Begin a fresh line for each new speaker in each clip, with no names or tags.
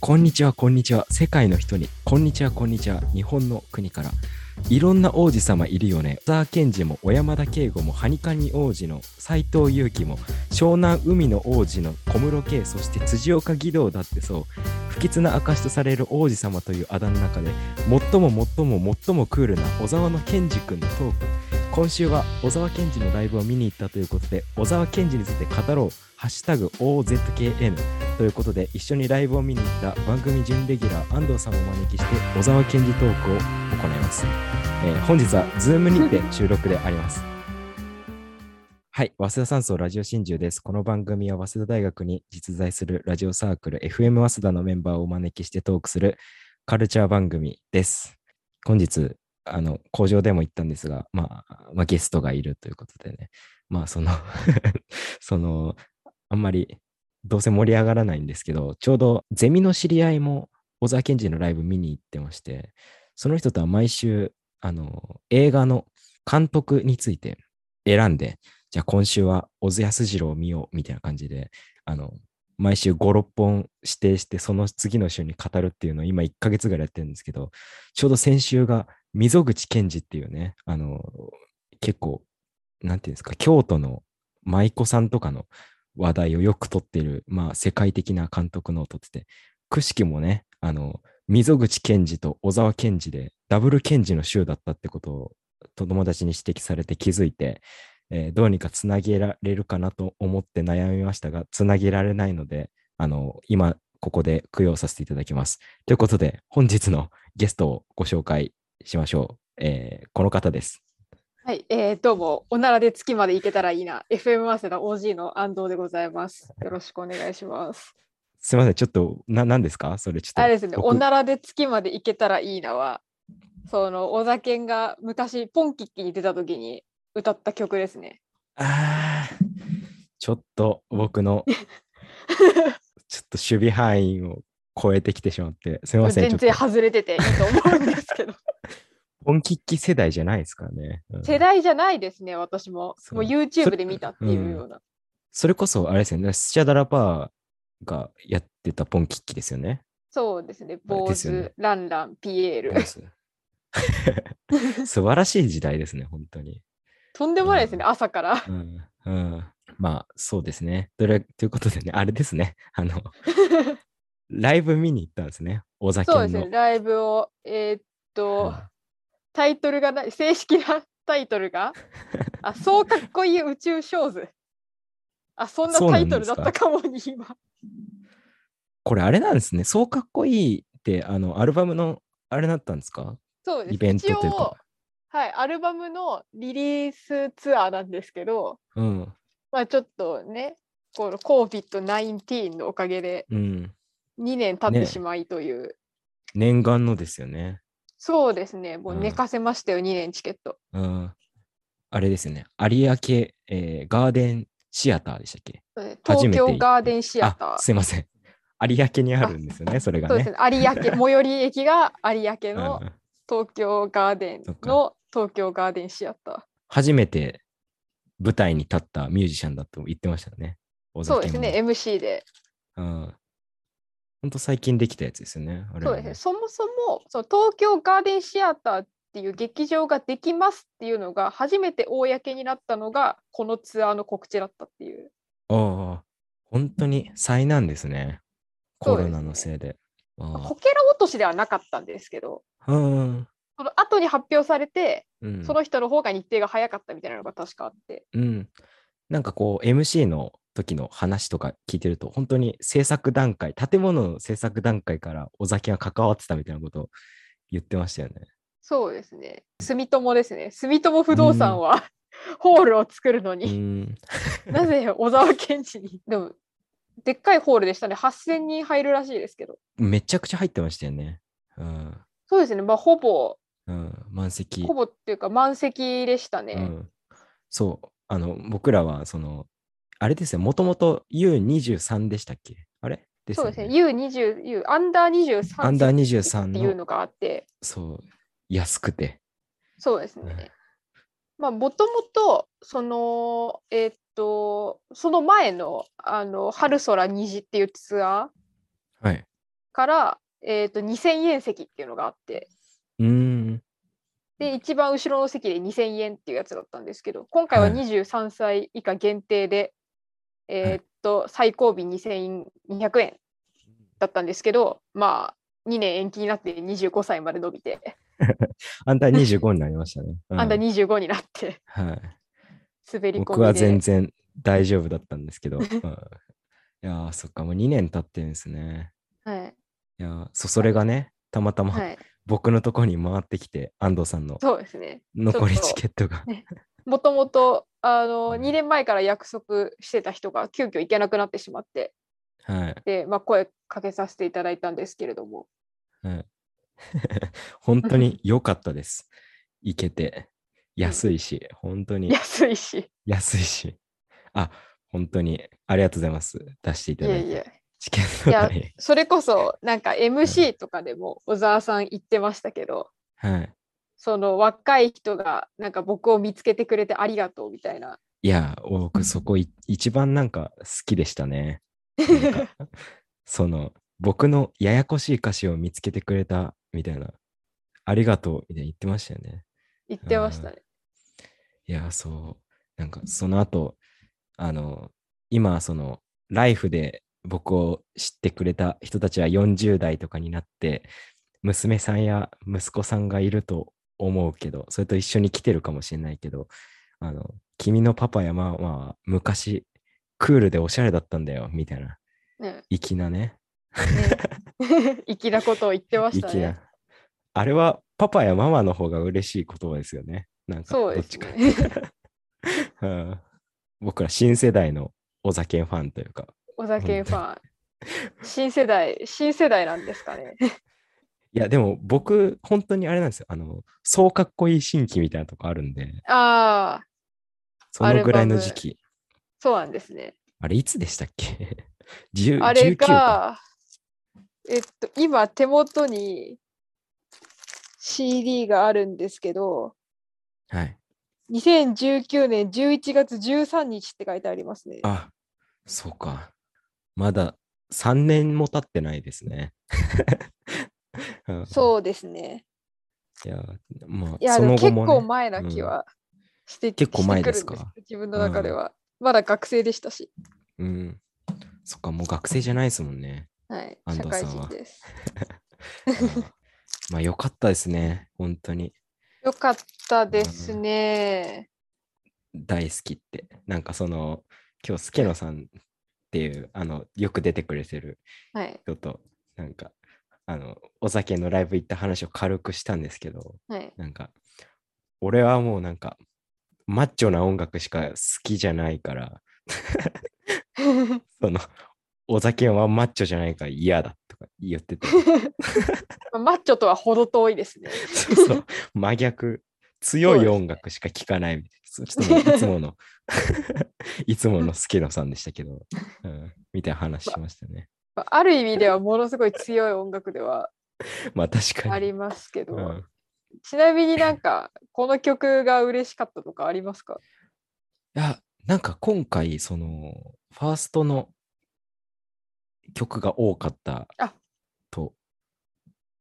こんにちは、こんにちは。世界の人に、こんにちは、こんにちは。日本の国から。いろんな王子様いるよね。小沢健二も小山田圭吾もハニカニ王子の斎藤佑樹も湘南海の王子の小室圭そして辻岡義堂だってそう不吉な証とされる王子様というあだ名の中で最も最も最もクールな小沢の健二君のトーク今週は小沢健二のライブを見に行ったということで小沢健二について語ろう「ハッシュタグ #OZKN」ということで一緒にライブを見に行った番組準レギュラー安藤さんをお招きして小沢健二トークを行います、えー本日は Zoom にて収録でありますはい、早稲田山荘ラジオ真珠です。この番組は早稲田大学に実在するラジオサークル FM 早稲田のメンバーをお招きしてトークするカルチャー番組です。本日、あの、工場でも言ったんですが、まあ、まあ、ゲストがいるということでね、まあ、その、 その、あんまりどうせ盛り上がらないんですけど、ちょうどゼミの知り合いも小沢健二のライブ見に行ってまして、その人とは毎週、あの、映画の監督について選んで、じゃあ今週は小津安二郎を見ようみたいな感じで、あの、毎週5、6本指定して、その次の週に語るっていうのを今1ヶ月ぐらいやってるんですけど、ちょうど先週が溝口健二っていうね、あの、結構、なんていうんですか、京都の舞妓さんとかの話題をよく撮っている、まあ世界的な監督のを撮ってて、くしくもね、あの、溝口健二と小沢健二でダブル健二の週だったってことを友達に指摘されて気づいて、えーどうにかつなげられるかなと思って悩みましたが、つなげられないので、あの、今、ここで供養させていただきます。ということで、本日のゲストをご紹介しましょう。えーこの方です。
はい、えー、どうも、おならで月まで行けたらいいな。FM 早稲田 OG の安藤でございます。よろしくお願いします。
すみません、ちょっと、な、何ですかそれちょっと。
あれですね、
僕
おならで月まで行けたらいいなは、その、小田健が昔、ポンキッキに出た時に歌った曲ですね。
あーちょっと僕 の、ちょっと守備範囲を超えてきてしまって、すみません、ちょ
全
っと
然、外れてていいと思うんですけど。
本キッキ世代じゃないですからね。うん
世代じゃないですね、私も。
そう
もう
そ
YouTube
れ
で見たっていうような。
それこそ、あれですよね、スチャダラパーがやってたポンキッキですよね。
そうですね、
あれ
坊
ですよね
主、ランラン、ピエー ル。
素晴らしい時代ですね、本当に。
とんでもないですね、朝から。
うん。うん、まあ、そうですね。とりあえずということでね、あれですね。あ の、ライブ見に行ったんですね。小崎
そ
の。
うですね、ライブを、えーっと、
はい
タイトルがない、正式なタイト ルが、あ、そうかっこいい宇宙少女。あ、そんな
そうな
タ
ん
イ
です
ト
か
ルだったかもに今。
これあれなんですね。そうかっこいいって、あの、アルバムの、あれだったんですか
そうです。
イベントというか
一応、はい、アルバムのリリースツアーなんですけど、
うん。
まあちょっとね、この COVID-19 のおかげで
うん。
2年経っ
ね
てしまいという、
念願のですよね。
そうですね、もう
う
寝
ん
かせましたよ、2年チケット。
うん。あれですよね。有明、えーガーデンシアターでしたっけ
そうです
初め
東
て行って
京ガーデンシアター
あ、。すいません。有明にあるんですよね、それが
そう
ね。
ですね、有明、最寄り駅が有明
うん
の東京ガーデン
そっか
の東京ガーデンシアタ
初めて舞台に立ったミュージシャンだと言ってましたよね。小
ー。
沢
そうですね、
健
MC で。
も。うん。ほんと最近できたやつですよね。あれ
そう
は
です
ね
ね、そもそもその東京ガーデンシアターっていう劇場ができますっていうのが初めて公になったのがこのツアーの告知だったっていう。
ああ、本当に災難ですね。コロナのせいで。
まあ
あ
こけら落としではなかったんですけど、
あうん。
その後に発表されて、
うん
その人の方が日程が早かったみたいなのが確かあって。
うん。なんかこう、MC の時の話とか聞いてると、本当に制作段階、建物の制作段階から尾崎が関わってたみたいなことを言ってましたよね。
そうですね。住友ですね。住友不動産は、 ホールを作るの
う
に、
ん。
なぜ小沢健二にでも、でっかいホールでしたね。8000人入るらしいですけど。
めちゃくちゃ入ってましたよね。うん。
そうですね。まあ、ほぼ、
うん、満席。
ほぼっていうか満席でしたね。
うん、そう、あの、僕らは、その、あれですよ、もともと U23 でしたっけあれです
そう
よ
ですね。
ね。
U20、U、アンダー23
アンダー23
23っていう
の、
のがあって、
そう、安くて。
そうです
うん
ね。まあ、もともと、その、えーっと、その前の、あの、春空虹っていうツアー
はい。
から、えー、と2000円席っていうのがあって
うーん。
で一番後ろの席で2000円っていうやつだったんですけど今回
は
は
い
23歳以下限定で、えーっと最後尾2200円だったんですけどまあ2年延期になって25歳まで伸びて、
あんた25になりました ね。う
あんた25になって
はい。
滑り込みで
僕は全然大丈夫だったんですけ ど。うん、いやー、そっか、もう2年経ってるんですね。
はい、
いやーそそれがね、たまたま
はい、
僕のとこに回ってきて、安藤さんの
そうですね
残り
ちょっと
チケットが。
もともとあの
うん
2年前から約束してた人が急遽行けなくなってしまって
はい。
で、まあ、声かけさせていただいたんですけれども
はい 本当 に良かったです。行けて。安いし、本当に
安いし
安いし。あ、本当にありがとうございます。出してい
い
ただ
や
いて。
いや
チケット代。
それこそなんか MC とかでも小沢さん言ってましたけど
はい。
その若い人がなんか僕を見つけてくれてありがとうみたいない
や、僕そこい一番なんか好きでしたね。なんかその、僕のややこしい歌詞を見つけてくれたみたいな。ありがとうみたいに言ってましたよね。
言ってましたね。
いや、そう。なんか、その後、あの、今、その、ライフで僕を知ってくれた人たちは40代とかになって、娘さんや息子さんがいると思うけど、それと一緒に来てるかもしれないけど、あの、君のパパやママは昔、クールでおしゃれだったんだよ、みたいな、
ね
粋なね。
ね 粋なことを言ってました
粋
ね。
な。あれは、パパやママの方が嬉しい言葉ですよね。なんか、
そ
ど
う
っ
です
ちか。
ね。
うん僕ら新世代のお酒ファンというか、
お酒ファン。新世代、新世代なんですかね。
いや、でも僕、本当にあれなんですよ、あの、そうかっこいい新規みたいなとこあるんで、
ああ、
そのぐらいの
アルバム
時期、
そうなんですね。
あれいつでしたっけ ?10
あれ
19か。
が、えっと、今手元に CD があるんですけど、
はい。
2019年11月13日って書いてありますね。
あ、そうか。まだ3年も経ってないですね。 うん
そうですね。
いや、ま
い
あ、
や、
そ
でも
の後
結
も
構
ね、
前な気はして、
結構前
してくるん
ですか
けど自分の中では。まだ学生でしたし、
うん。そっか、もう学生じゃないですもんね。
はい、
安
社
藤さんは
会人です。
うんまあ、よかったですね、本当に。
よかったですね。
大好きってなんかその今日スケノさんっていうあのよく出てくれてる
はい、
人となんかあのお酒のライブ行った話を軽くしたんですけど
はい。
なんか俺はもうなんかマッチョな音楽しか好きじゃないからそのお酒はマッチョじゃないから嫌だとか言ってて
まあマッチョとは程遠いですね。
そうそう真逆強
そう
い
ですね
音楽しか聴かないみたいなちょっともういつもの いつものスケノさんでしたけど、うん、みたいな話しましたね。
まあある意味ではものすごい強い音楽では
まあ確か
あ
に。
りますけど、
うん
ちなみになんかこの曲が嬉しかったとかありますか
いや、なんか今回、その、ファーストの曲が多かった
あ
と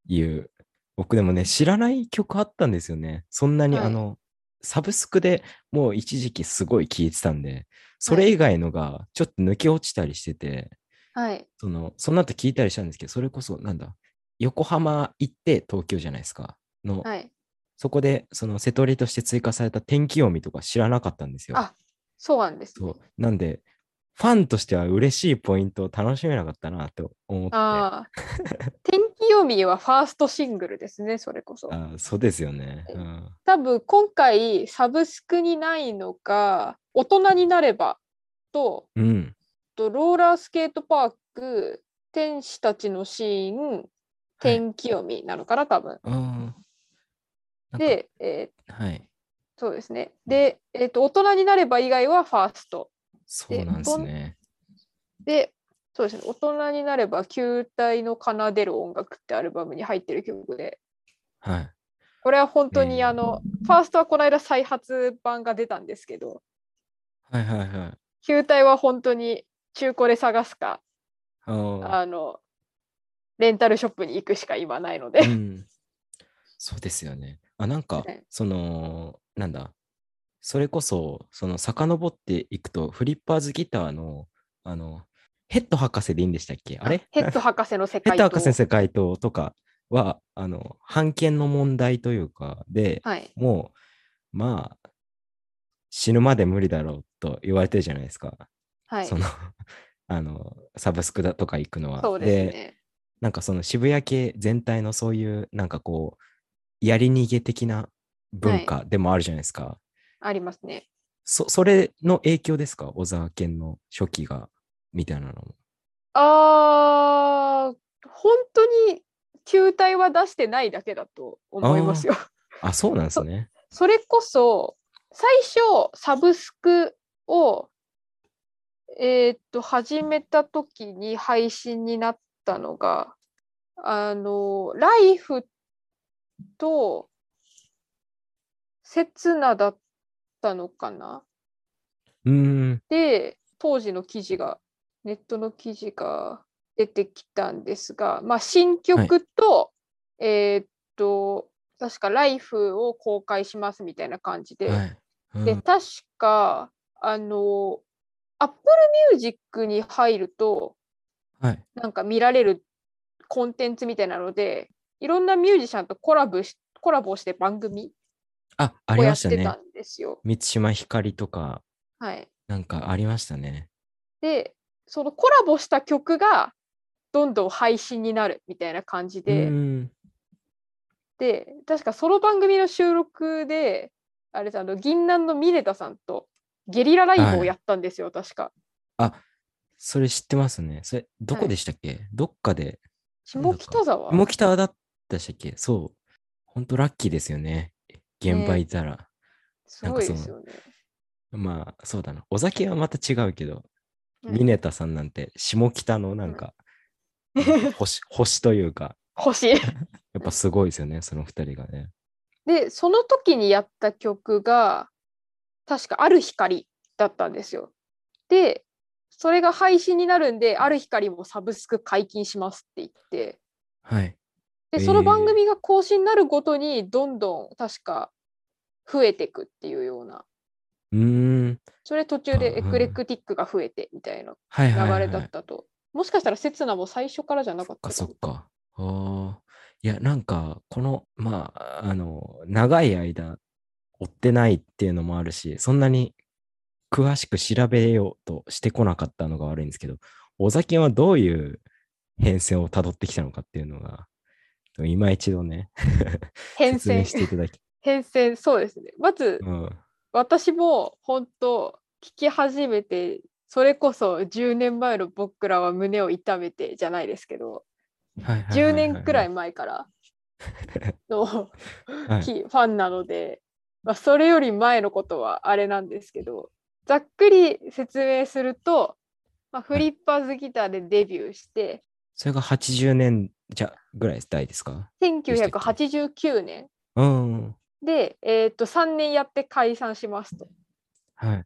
いう、僕でもね、知らない曲あったんですよね。そんなに、
はい
あの、サブスクでもう一時期すごい聴いてたんで、それ以外のがちょっと抜け落ちたりしてて、
はい。
その、その後聞いたりしたんですけど、それこそ、なんだ、横浜行って東京じゃないですか、の、
はい。
そこで、その、瀬戸利として追加された天気読みとか知らなかったんですよ。
あそうなんです、
そ
ね
う。なんで、ファンとしては嬉しいポイントを楽しめなかったなと思って。あ
ああ。天気読みはファーストシングルですね、それこそ。
ーそうですよね。
はい
うん、
多分今回サブスクにないのか、大人になればと、
うん。
とローラースケートパーク、天使たちのシーン、
はい、
天気読みなのかな、多分。
あー、
で、え
なんかはい。
ーそうですね。で、えっ、と、大人になれば以外はファースト。
そうなんですね。
で、そうですね。大人になれば球体の奏でる音楽ってアルバムに入ってる曲で、
はい。
これは本当
え
に
ー
あの、ファーストはこの間再発版が出たんですけど、
はいはいはい。
球体は本当に中古で探すか、
あー
あの、レンタルショップに行くしか今ないので、
うん、そうですよね。あ、なんか
はい、
その、なんだ、それこそ、その、遡っていくと、フリッパーズギターの、あの、ヘッド博士でいいんでしたっけあれ
ヘッド博士の世
ヘ
界
ッド
と
博士の世界ととかは、あの、版権の問題というか、で、
はい、
もう、まあ、死ぬまで無理だろうと言われてるじゃないですか。
はい、
その、 あの、サブスクだとか行くのは。
そうですね。
なんかその渋谷系全体のそういうなんかこうやり逃げ的な文化でもあるじゃないですか。
ありますね。
そそれの影響ですか小沢健の初期がみたいなのも。
あー本当に球体は出してないだけだと思いますよ。
あそうなんですね。
それこそ最初サブスクをえーっと始めた時に配信になったのがあのライフと刹那だったのかな
うーん。
で当時の記事がネットの記事が出てきたんですが、まあ、新曲と、えーっと確か「ライフを公開しますみたいな感じで、
はい。うん
で確かあの Apple Music に入ると
はい、
なんか見られるコンテンツみたいなのでいろんなミュージシャンとコラボしコラボして番組
ああ
を
り
や
ま
っ
した
て
ね
た。んですよ。
満島ひかりとか
はい、
なんかありましたね。
でそのコラボした曲がどんどん配信になるみたいな感じ
う
で、
ーん。
で確かその番組の収録であれですあの銀杏のミネタさんとゲリラライブ
は
を
い
やったんですよ、確か
それ知ってますね。それどこでしたっけ、どっかで。
下北沢
下北だったしたっけそう。ほんとラッキーですよね。現場いたら。
すごいですよね
まあそうだな。お酒はまた違うけど、
うん
ミネタさんなんて下北のなんか、星星というか、
星
やっぱすごいですよね、その二人がね。
でその時にやった曲が確か「ある光」だったんですよでそれが配信になるんで「ある光」もサブスク解禁しますって言って
はい。
で、
えー
その番組が更新になるごとに、どんどん確か増えていくっていうような、
うーん。
それ途中でエクレクティックが増えてみたいな
はいはい、は
流
い。
れだったと。もしかしたら、刹那も最初からじゃなかった
そっ
も
かそっか。ああ。いや、なんか、この、まあ、あの、長い間、追ってないっていうのもあるし、そんなに詳しく調べようとしてこなかったのが悪いんですけど、小崎はどういう変遷をたどってきたのかっていうのが、今一度ね、
変
説明し
遷、
ていただき。
変遷、そうですね。まず、
うん。
私も本当、聞き始めて、それこそ10年前の僕らは胸を痛めてじゃないですけど、10年くらい
い
前からの
はい
きファンなので、まあ、それより前のことはあれなんですけどざっくり説明すると、まあ、フリッパーズギターでデビューして、
それが80年じゃぐらい代ですかしたっけ
1989年
うん。
で、えー、と3年やって解散しますと,、
はい。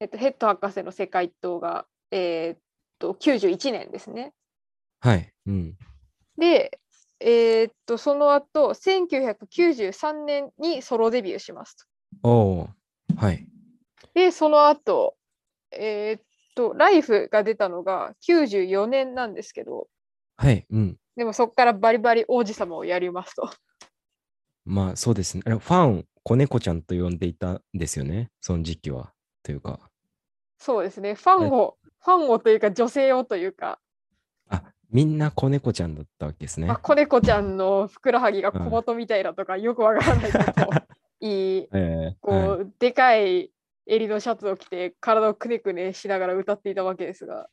えっとヘッド博士の世界党が、えー、と91年ですね。
はい。うん。
で、えー、とその後1993年にソロデビューしますと。
おお。はい。
で、その後、えーっと、ライフが出たのが94年なんですけど、
はい。うん。
でもそこからバリバリ王子様をやりますと。
まあそうですね。あれファン、子猫ちゃんと呼んでいたんですよね、その時期は。というか。
そうですね、ファンを、ファンをというか女性をというか、
あみんな子猫ちゃんだったわけですね。
まあ、子猫ちゃんのふくらはぎが小鳩みたいだとか、よくわからないことをいい、
ええ
こう、
はい
でかい襟のシャツを着て、体をくねくねしながら歌っていたわけですが、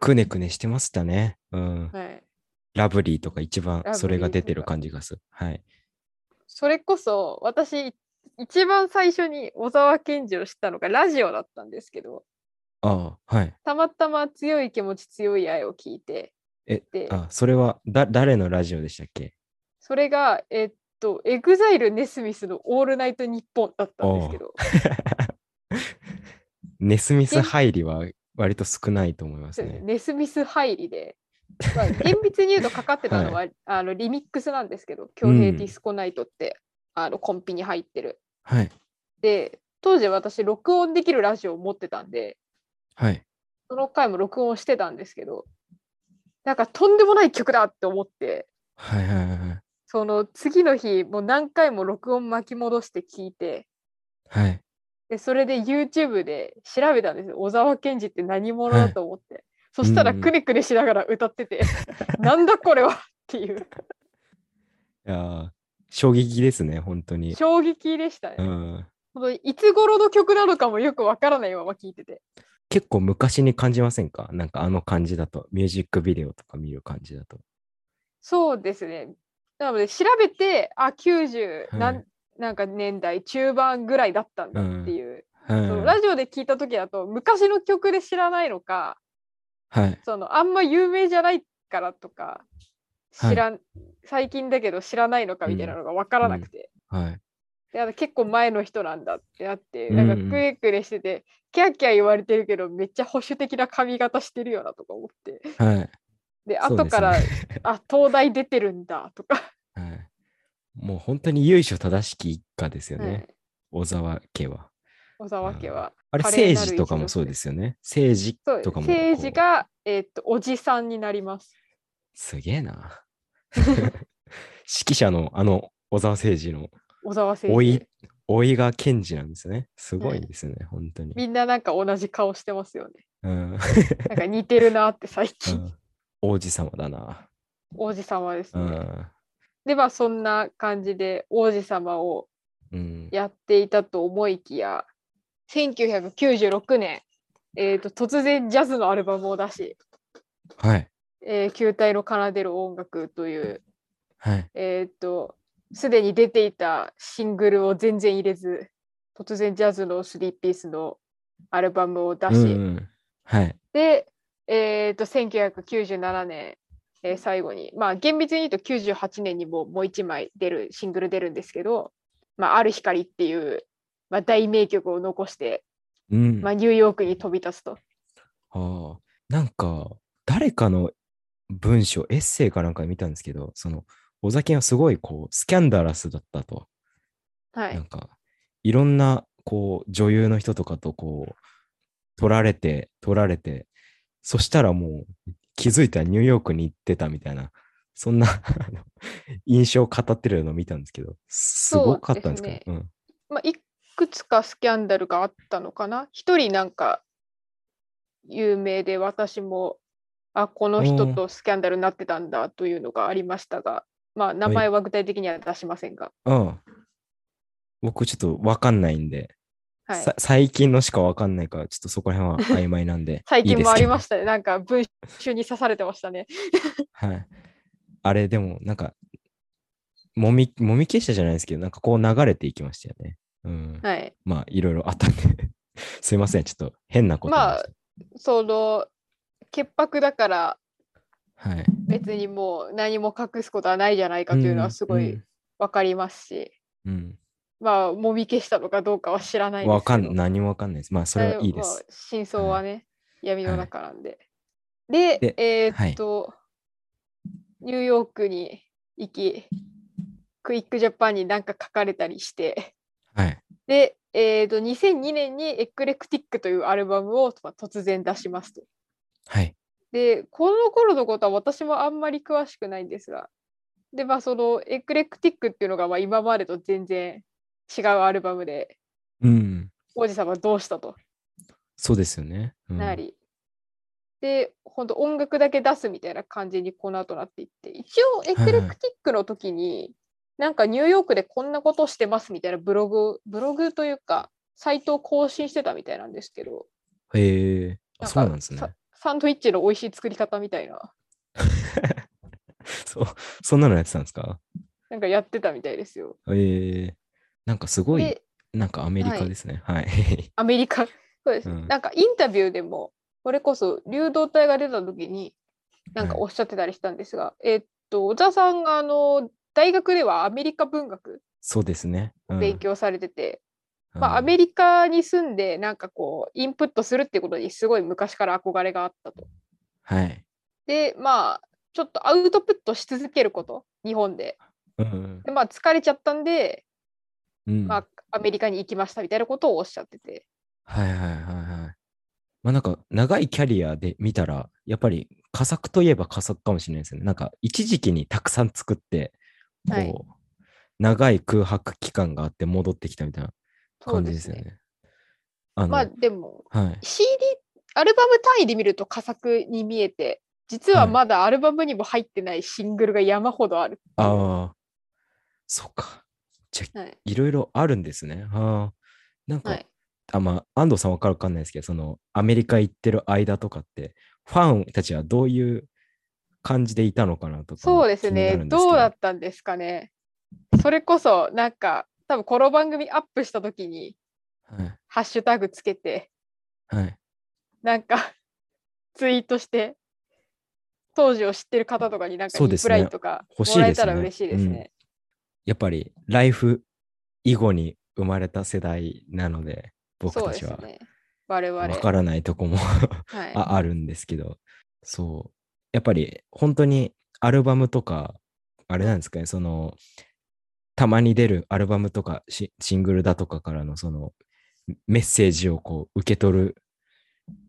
くねくねしてましたね。うん。
はい、
ラブリーとか一番
ラブリーとか
それが出てる感じがする。はい。
それこそ私、一番最初に小沢健二を知ったのがラジオだったんですけど、
ああ、はい。
たまたま強い気持ち強い愛を聞いて
え
で
あそれはだ誰のラジオでしたっけ
それがえっとエグザイルネスミスの「オールナイトニッポン」だったんですけど
ネスミス入りは割と少ないと思います
そうです
ね。
ネスミス入りでまあ厳密に言うとかかってたのは、あのリミックスなんですけど「強兵ディスコナイト」って、あのコンビニ入ってる。
はい。
で当時私録音できるラジオを持ってたんで
はい。
その回も録音してたんですけどなんかとんでもない曲だって思って
はいはいはいはい。
その次の日もう何回も録音巻き戻して聞いて
はい。
でそれで YouTube で調べたんですよ小沢健二って何者だと思って、そしたら
うんうん
くねくねしながら歌って て、なんだこれはっていう
いやー衝撃ですね、本当に。
衝撃でしたね、
うん、
このいつ頃の曲なのかもよくわからないまま聞いてて
結構昔に感じませんかなんかあの感じだと、ミュージックビデオとか見る感じだと。
そうですね。なので調べて、あ、90なん、
はい
なんか年代中盤ぐらいだったんだっていう。その
は
ラジオで聞いた時だと昔の曲で知らないのか、
い。はい、
そのあんま有名じゃないからとか、
はい
知らん、最近だけど知らないのかみたいなのが分からなくて。
はい。
であと結構前の人なんだってなって、
うんうん
なんかクレクレしてて、キャーキャー言われてるけど、めっちゃ保守的な髪型してるよなとか思って。
はい。
で、
そうです
後
ね
から、あ、東大出てるんだとか。
はい。もう本当に由緒正しき一家ですよね、
はい
小沢家は。
小沢家は。
あれ、
華麗なる
政治とかもそうですよね。政治
そう
とかもこう。
政治が、えーっとおじさんになります。
すげえな。指揮者のあの小沢誠二の
小沢
老
政
い
治。、
老いが賢治なんですね。すごいですね、本当に。
みんななんか同じ顔してますよね。
うん。
なんか似てるなって 最
う
近
ん王子様だな。
王子様で
う
すね。
ん。
でまあそんな感じで王子様を
うん。
やっていたと思いきや1996年、えーっと突然ジャズのアルバムを出し
はい。
「えー球体の奏でる音楽」という
はい。
えーっと、すでに出ていたシングルを全然入れず、突然ジャズの3ピースのアルバムを出し、
うんうん。はい。
で、えーっと、1997年、えー最後に、まあ、厳密に言うと98年にももう1枚出る、シングル出るんですけど、まあ、ある光っていう、まあ、大名曲を残して、
うん。
まあ、ニューヨークに飛び立つと。
ああ、なんか、誰かの文章、エッセイかなんか見たんですけど、その、小崎はすごい、こう、スキャンダラスだったと。
は
なん
い。
か、いろんな、こう、女優の人とかと、こう、取られて、取られて、そしたらもう、気づいたらニューヨークに行ってたみたいな、そんなあの印象を語ってるのを見たんですけど、すごかったんですかね。
そう
うん
まあ、いくつかスキャンダルがあったのかな一人なんか有名で私もあこの人
うん
とスキャンダルになってたんだというのがありましたが、まあ名前は具体的には出しませんが、
うん。僕、ちょっとわかんないんで、
はい。
さ、最近のしかわかんないから、ちょっとそこら辺は曖昧なんで
最近もありま
し
したねなんか文集に刺されてましたね
た。はい。あれ、でも、なんか、もみ、もみ消したじゃないですけど、なんかこう流れていきましたよね。うん。
はい
まあ、いろいろあったんで。 すいません、ちょっと変なこと。
まあ、その潔白だから
はい。
別にもう何も隠すことはないじゃないかというのはすごい分かりますし、
うん。
まあもみ消したのかどうかは知らな
う
い
ん。
ですけど
わかん、何もわかんないです。まあ、それはいいで
まあ
す。
真相はね、闇の中なんで。
で
で、えーっと、ニューヨークに行き、クイックジャパンに何か書かれたりして、
はい。
で、えーっと、2002年にエクレクティックというアルバムをまあ突然出しますと。
はい。
で、この頃のことは私もあんまり詳しくないんですが、で、まあ、そのエクレクティックっていうのがまあ今までと全然違うアルバムで、
うん。
王子様はどうしたと。
そうですよね。うん
なり、で本当音楽だけ出すみたいな感じにこの後なっていって一応エクレクティックの時に、なんかニューヨークでこんなことしてますみたいなブログブログというかサイトを更新してたみたいなんですけど
へえ。あ
なんか
そうなんですね
さ。サンドイッチの美味しい作り方みたいな
そう、そんなのやってたんですか
なんかやってたみたいですよ。
ええ。なんかすごい
で
なんかアメリカ
はい
ですね。はい。
アメリカ そうです、
うん
なんかインタビューでもこれこそ流動体が出た時になんか
はい
おっしゃってたりしたんですが、えっと小田さんがあの大学ではアメリカ文学
そうですね。うん
勉強されてて、まあ、ア
リ
メリカに住んでなんかこうインプットするってことにすごい昔から憧れがあったと。
カ。はい。
でまあちょっとアウトプットし続けること日本で
うん
でまあ疲れちゃったんで、
うん
まあ、アメリカに行きましたみたいなことをおっしゃってて
はいはいはいはい。まあなんか長いキャリアで見たら、やっぱり佳作といえば佳作かもしれないですよね。なんか一時期にたくさん作って、こう、
はい
長い空白期間があって戻ってきたみたいな
そう
感じ
で
です
す
よ
ね
ね。あの、
まあでも
はい
CD アルバム単位で見ると佳作に見えて実は
はい
まだアルバムにも入ってないシングルが山ほどある、
ああ、そっか。
はい
いろいろあるんですね。ああ。なんか、
はい、
あまあ、安藤さんわかるかわかんないですけど、そのアメリカ行ってる間とかって、ファンたちはどういう感じでいたのかなとかも
そうです
気
ね
になるんですけ
どうだったんですかねそれこそなんか多分この番組アップした時にハッシュタグつけて
はいはい
なんか ツイートして当時を知ってる方とかになんか
そう
リ
です
プ
ね
ライとか
欲し
も
い
らえ
です
た
ね
ら嬉しいですね。
やっぱりライフ以後に生まれた世代なので僕
そう
た
で
ち
す
は
ね。我々。
わからないとこも
はい、
ああ るんですけどそうやっぱり本当にアルバムとかあれなんですかねそのたまに出るアルバムとかシシングルだとかからのそのメッセージをこう受け取る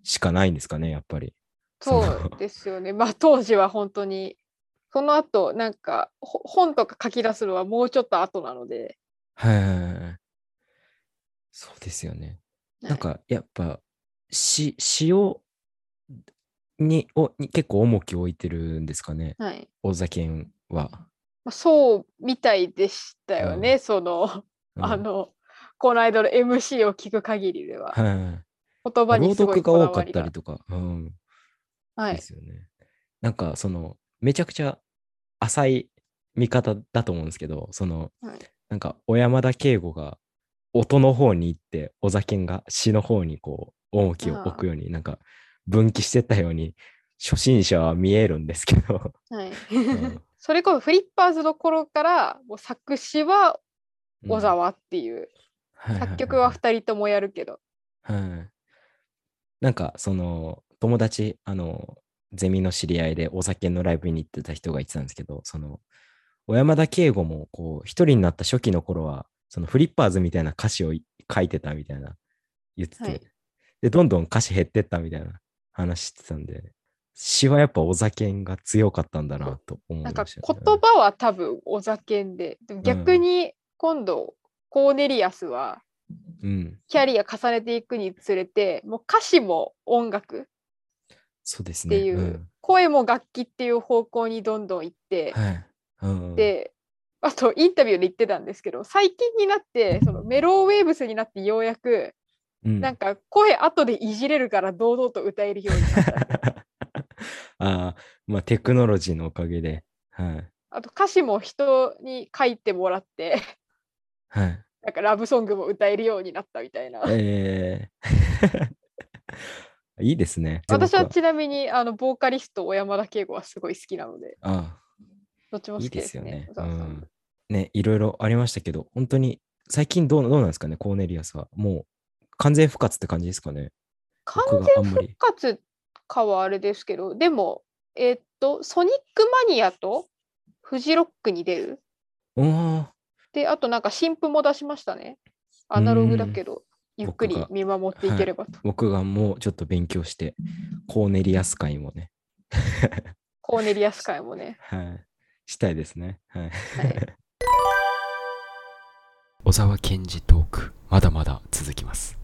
しかないんですかねやっぱり。
そ
そう
ですよね。まあ当時は本当にその後なんかほ本とか書き出すのはもうちょっと後なので。
はいはいはいはい。そうですよね。
はい
なんかやっぱ詩詩をにをに結構重きを置いてるんですかね
はい
大酒健は。
まあ、そうみたいでしたよね、その、
うん
あのこの間の MC を聞く限りでは、
は
言葉
い、朗
にすご
読
い
が
こだ
多か
わ
っ
り
た
が
りとか、うん、
は
で
い
すよね。なんかそのめちゃくちゃ浅い見方だと思うんですけどその、
はい
なんか小山田圭吾が音の方に行って小酒健が詩の方にこう重きを置くようになんか分岐してったように初心者は見えるんですけど。
はい、
うん
それこそフリッパーズの頃からもう作詞は小沢っていう、作曲は2人ともやるけど、
はい。なんかその友達あのゼミの知り合いでお酒のライブに行ってた人が言ってたんですけどその小山田圭吾もこう一人になった初期の頃はそのフリッパーズみたいな歌詞をい書いてたみたいな言ってて、
はい
でどんどん歌詞減ってったみたいな話してたんで詩はやっぱお酒が強かったんだなと思いま
なん
した
か
ね、
言葉は多分小酒んででも逆に今度コーネリアスは
うん
キャリア重ねていくにつれてもう歌詞も音楽
そうです
っ
ね
ていう、
うん
声も楽器っていう方向にどんどん行って、
はいうん、
であとインタビューで言ってたんですけど最近になってそのメロウェーブスになってようやく
うん
なんか声後でいじれるから堂々と歌えるようになっ た
ああ、まあテクノロジーのおかげで。はい。
あと歌詞も人に書いてもらって
はい。
なんかラブソングも歌えるようになったみたいな。
えー いいですね。
私は
僕
ちなみにあのボーカリスト小山田圭吾はすごい好きなので
あ
どっち
あ、
も好
い
き
いで
ですす
よね
ね。。
う
小沢さん
ん。ね、いろいろありましたけど、本当に最近どうどうなんですかね、コーネリアスは。もう完全復活って感じですかね。
完
僕があんまり。
かつかはあれですけどでもえーっとソニックマニアとフジロックに出る
うん。は
であとなんか新譜も出しましたねアナログだけどゆっ
僕
くり
が
見守っていければと、
僕がもうちょっと勉強して、コーネリアス会もね、
コーネリアス会もね
はい。したいですね。はい。
はい
小沢健二トーク、まだまだ続きます。